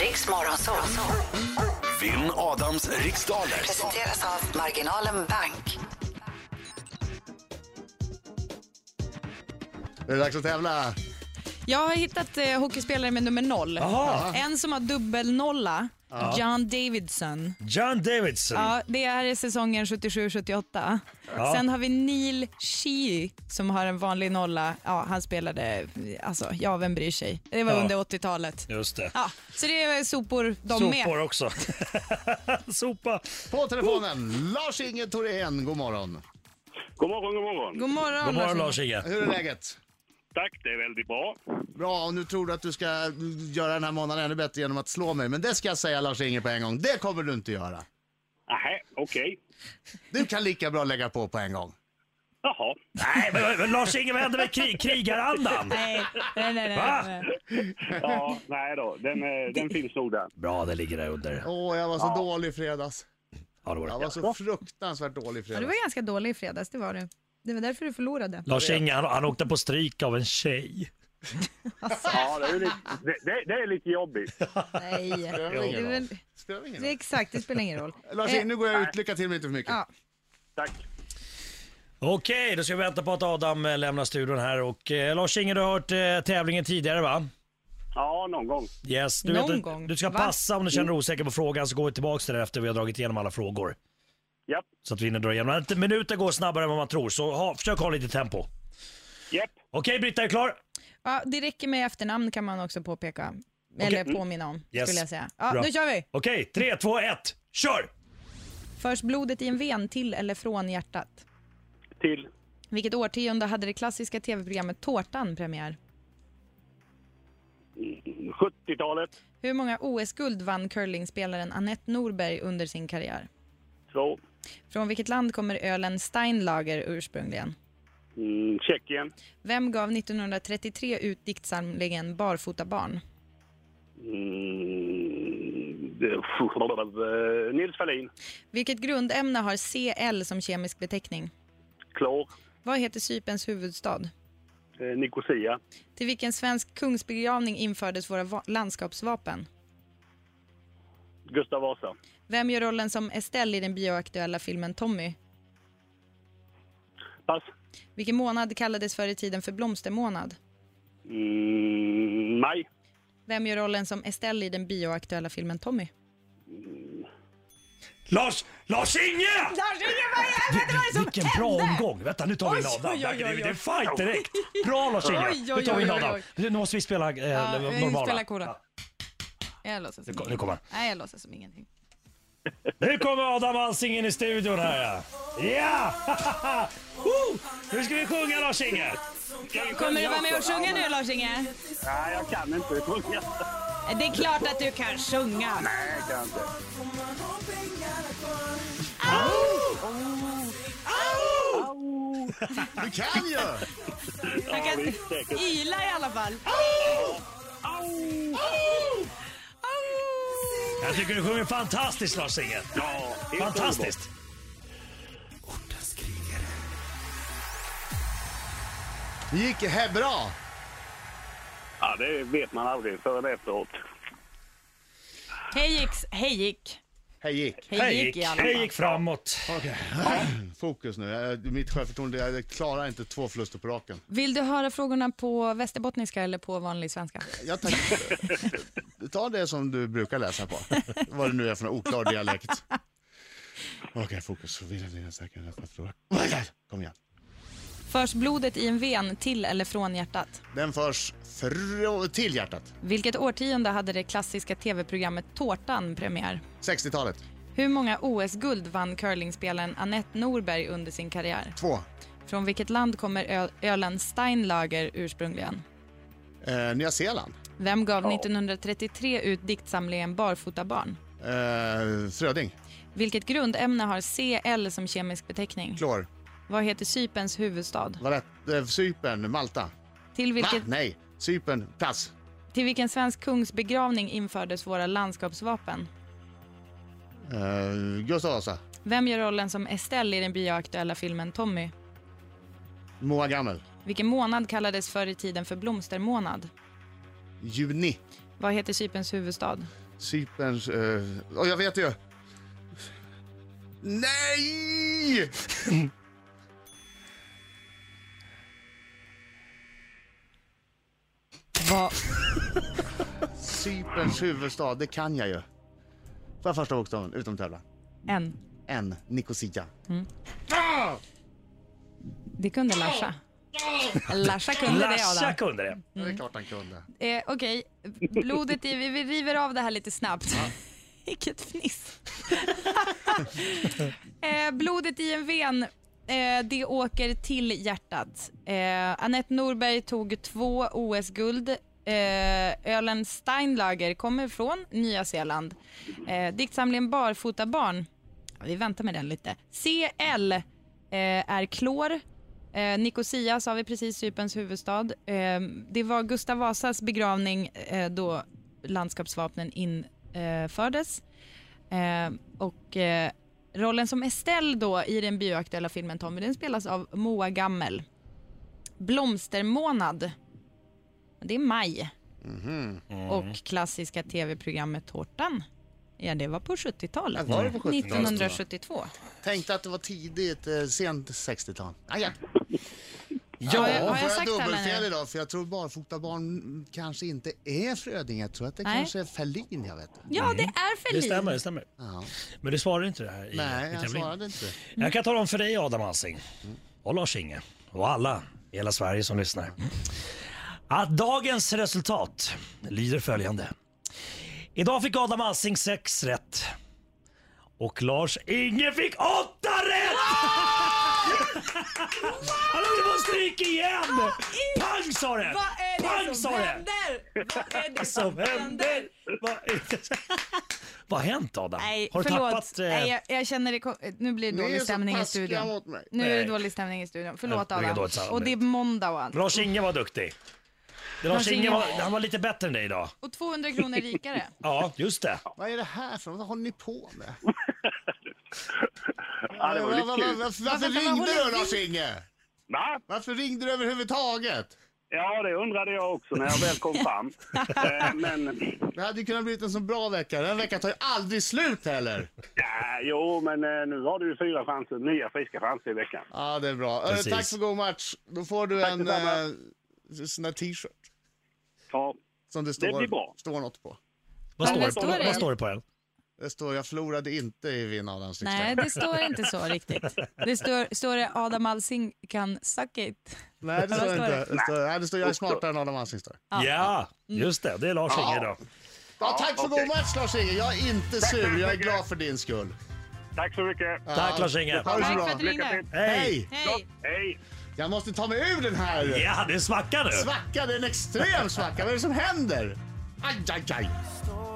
Riks Morgonzoo. Vinn Adams riksdaler. Presenteras av Marginalen Bank. Det är dags att tävla. Jag har hittat eh, hockeyspelare med nummer noll. Aha. En som har dubbelnolla, John Davidson. John Davidson. Ja, det här är säsongen 77-78. Ja. Sen har vi Neil Shee som har en vanlig nolla. Ja, han spelade, alltså, ja vem bryr sig? Det var Ja. under 80-talet. Just det. Ja, så det är sopor de Sopor med. också. Sopa. På telefonen, Lars-Inge Thorén, god morgon. God morgon, god morgon. God morgon, God morgon Lars-Inge. Lars-Inge. Hur är läget? Tack, det är väldigt bra. Bra, och nu tror du att du ska göra den här månaden ännu bättre genom att slå mig, men det ska jag säga Lars-Inge på en gång, det kommer du inte göra. Nähä, okej. Du kan lika bra lägga på på en gång. Jaha. Nej, men, men Lars-Inge, vad hände med krig, krigarandan? Nej, nej, nej. nej, Va? nej. Ja, nej då. Den, eh, den finns nog där. Bra, det ligger där under. Åh, jag var så dålig i fredags. Ja, det var Jag det. var så fruktansvärt dålig i Ja, du fredags. var ganska dålig i fredags, det var du. Det var därför du förlorade. Lars-Inge, han, han åkte på stryk av en tjej. Ja, det är, lite, det, det, det är lite jobbigt. Nej, det spelar väl ingen är roll. väl- Spelar ingen det är roll. exakt, det spelar ingen roll. Lars-Inge, Eh, nu går jag ut. Lycka till men inte för mycket. Ja. Tack. Okej, då ska vi vänta på att Adam eh, lämnar studion här. Och eh, Lars-Inge, du har hört eh, tävlingen tidigare va? Ja, någon gång. Yes. Du, Någon vet, att gång, du ska va? Mm. passa om du känner dig osäker på frågan så går vi tillbaka till det efter vi har dragit igenom alla frågor. Japp, Så att vi hinner dra igenom. Inte- Minuter går snabbare än vad man tror, så ha, försök ha lite tempo. japp. Okej Britta, är du klar? Ja, det räcker med efternamn kan man också påpeka. Eller påminna om, mm. Yes. skulle jag säga. Ja, Bra. nu kör vi! Okej, tre, två, ett, kör! Förs blodet i en ven till eller från hjärtat? Till Vilket årtionde hade det klassiska tv-programmet Tårtan premiär? 70-talet. Hur många OS-guld vann curlingspelaren Annette Norberg under sin karriär? Två. Från vilket land kommer ölen Steinlager ursprungligen? Mm, Tjeckien. Vem gav 1933 ut diktsamlingen Barfota barn? Mm, det- eh, Nils Ferlin. Vilket grundämne har CL som kemisk beteckning? Klor. Vad heter Cyperns huvudstad? eh, Nicosia. Till vilken svensk kungsbegravning infördes våra va- landskapsvapen? Gustav Vasa. Vem gör rollen som Estelle i den bioaktuella filmen Tommy? Pass. Vilken månad kallades förr i tiden för blomstermånad? Mm, maj. Vem gör rollen som Estelle i den bioaktuella filmen Tommy? Lars, Lars-Inge! Vilken bra omgång! Vänta, nu tar vi in Oj, Adam. oj, oj, oj, oj. Det är fight direkt! Bra Oj, Lars-Inge! oj, Nu tar vi in oj, oj, Adam. oj. Nu måste vi spela eh, normala. Ja, Jag låtsas nu kom- Nu kommer han. Nej, jag låtsas som ingenting. Nu kommer Adam Alsing in i studion här ja! Ja! Woo! Nu ska vi sjunga Lars-Inge! Kommer du vara med och sjunga nu Lars-Inge? Nej, jag kan inte sjunga. Det är klart att du kan sjunga. Nej, jag kan inte. Du kan ju! Man kan visst, säkert. yla i alla fall. Jag tycker du sjunger fantastiskt Lars-Inge! Ja, helt Fantastiskt! gick här bra. underbart. Ja, det vet man aldrig förrän efteråt. Hej gick, hej gick. Hej gick. Hej gick, hej gick framåt. Fokus nu. Jag- Mitt självförtroende, jag klarar inte två förluster på raken. Vill du höra frågorna på västerbottniska eller på vanlig svenska? Jag tackar. Ta det som du brukar läsa på. Vad det nu är för en oklar dialekt. Okej, fokus. Förvirrad i den säkra rätta frågan. Oh my God! Kom igen. Förs blodet i en ven till eller från hjärtat? Den förs frå- till hjärtat. Vilket årtionde hade det klassiska tv-programmet Tårtan premiär? 60-talet. Hur många OS-guld vann curlingspelaren Annette Norberg under sin karriär? Två. Från vilket land kommer ö- ölen Steinlager ursprungligen? Eh, Nya Zeeland. Vem gav 1933 ut diktsamlingen Barfota barn? Eh, Fröding. Vilket grundämne har CL som kemisk beteckning? Klor. Vad heter Cyperns huvudstad? Valett- eh, Cypern. Malta. Till Va? vilket, Nej. Cypern. Pass. till vilken svensk kungs begravning infördes våra landskapsvapen? Eh, Gustav Vasa. Vem gör rollen som Estelle i den bioaktuella filmen Tommy? Moa Gammel. Vilken månad kallades förr i tiden för blomstermånad? Juni. Vad heter Cyperns huvudstad? Cyperns... eh, Ja, jag vet ju! Nej! Va? Cyperns huvudstad, det kan jag ju. För första bokstaven, utom tävlan. En. N, Nicosia. Det kunde Larsa. Larsa kunde det Larsa Adam. kunde det. Det är klart han kunde. Eh, Okej, blodet i, vi, vi river av det här lite snabbt. Vilket fniss. eh, blodet i en ven, eh, det åker till hjärtat. Eh, Anette Norberg tog två OS-guld. Eh, ölen Steinlager kommer från Nya Zeeland. Eh, diktsamlingen Barfota barn, ja, vi väntar med den lite. CL eh, är klor. Eh, Nicosia sa vi precis, Cyperns huvudstad. Eh, det var Gustav Vasas begravning eh, då landskapsvapnen infördes. Eh, och eh, rollen som Estelle då i den bioaktuella filmen Tommy, den spelas av Moa Gammel. Blomstermånad. Det är maj. Och klassiska tv-programmet Tårtan. Ja, det var på 70-talet. Ja, var det på 70-talet? 1972. Tänkte att det var tidigt, eh, sent 60-tal. Aj, ja. Har jag, Ja, har jag får jag sagt alla dubbelfel nu? idag? För jag tror barfota barn kanske inte är Fröding. Jag tror att det Nej. kanske är Ferlin, jag vet. Ja, det är Det Fälin. stämmer, det stämmer. Ja. Men du svarade inte det här i, Nej, i jag tävlingen. svarade inte. Jag kan tala om för dig Adam Alsing och Lars-Inge och alla i hela Sverige som lyssnar. Att dagens resultat lyder följande. Idag fick Adam Alsing sex rätt. Och Lars-Inge fick åtta rätt! Han håller på att stryk igen! Pang sa det! Ah, Vad är det Pang som sa det! händer? Vad är det Som händer? Vad Vad har hänt Adam? Nej, har du förlåt. tappat... eh, Nej, jag, jag känner det kom... Nu blir det Ni är dålig så stämning i taskiga studion. mot mig. Nu är det Nej. dålig stämning i studion. Förlåt Ja, det är Adam. dåligt samarbete. Och det är måndag och allt. Lars-Inge var duktig. Det var Lars-Inge Lars-Inge- var, han var lite bättre än dig idag. Och 200 kronor rikare. Ja, just det. Vad är det här för Vad håller ni på med? Ja, det var Var- lite var- var- kul. varför varför Men vänta, ringde vad du håller vi- Lars-Inge? Va? Varför ringde du överhuvudtaget? Ja, det undrade jag också när jag väl kom fram. Eh, Men, Det hade ju kunnat bli en så bra vecka. Den veckan tar ju aldrig slut heller. Ja, ja, jo, men eh, nu har du ju fyra chanser, nya friska chanser i veckan. det är bra. Eh, Precis. Tack för god match. Då får du en detsamma. eh, sån där t-shirt Ja, som det står, blir bra. står något på. Vad Ja, står, vad det, står på- det? vad står det på den? Det står jag förlorade inte i Vinn Adams Nej, det står inte så riktigt. Det står, står det Adam Alsing kan suck it. Nej, det Vad står står inte. det? Det står, nej, det står jag är smartare än Adam Alsing. står det. Ja, just det. Det är Lars-Inge idag. Ja, tack för god okej. match Lars-Inge. Jag är inte sur. Jag är glad för din skull. tack så mycket. Tack Lars-Inge. Ha det så Tack för bra. att du ringde. Hej! Hej. Hej! Jag måste ta mig ur den här Ja, det svackar nu. svackan. Det är en extrem svacka. Vad är det som händer? Aj, aj, aj.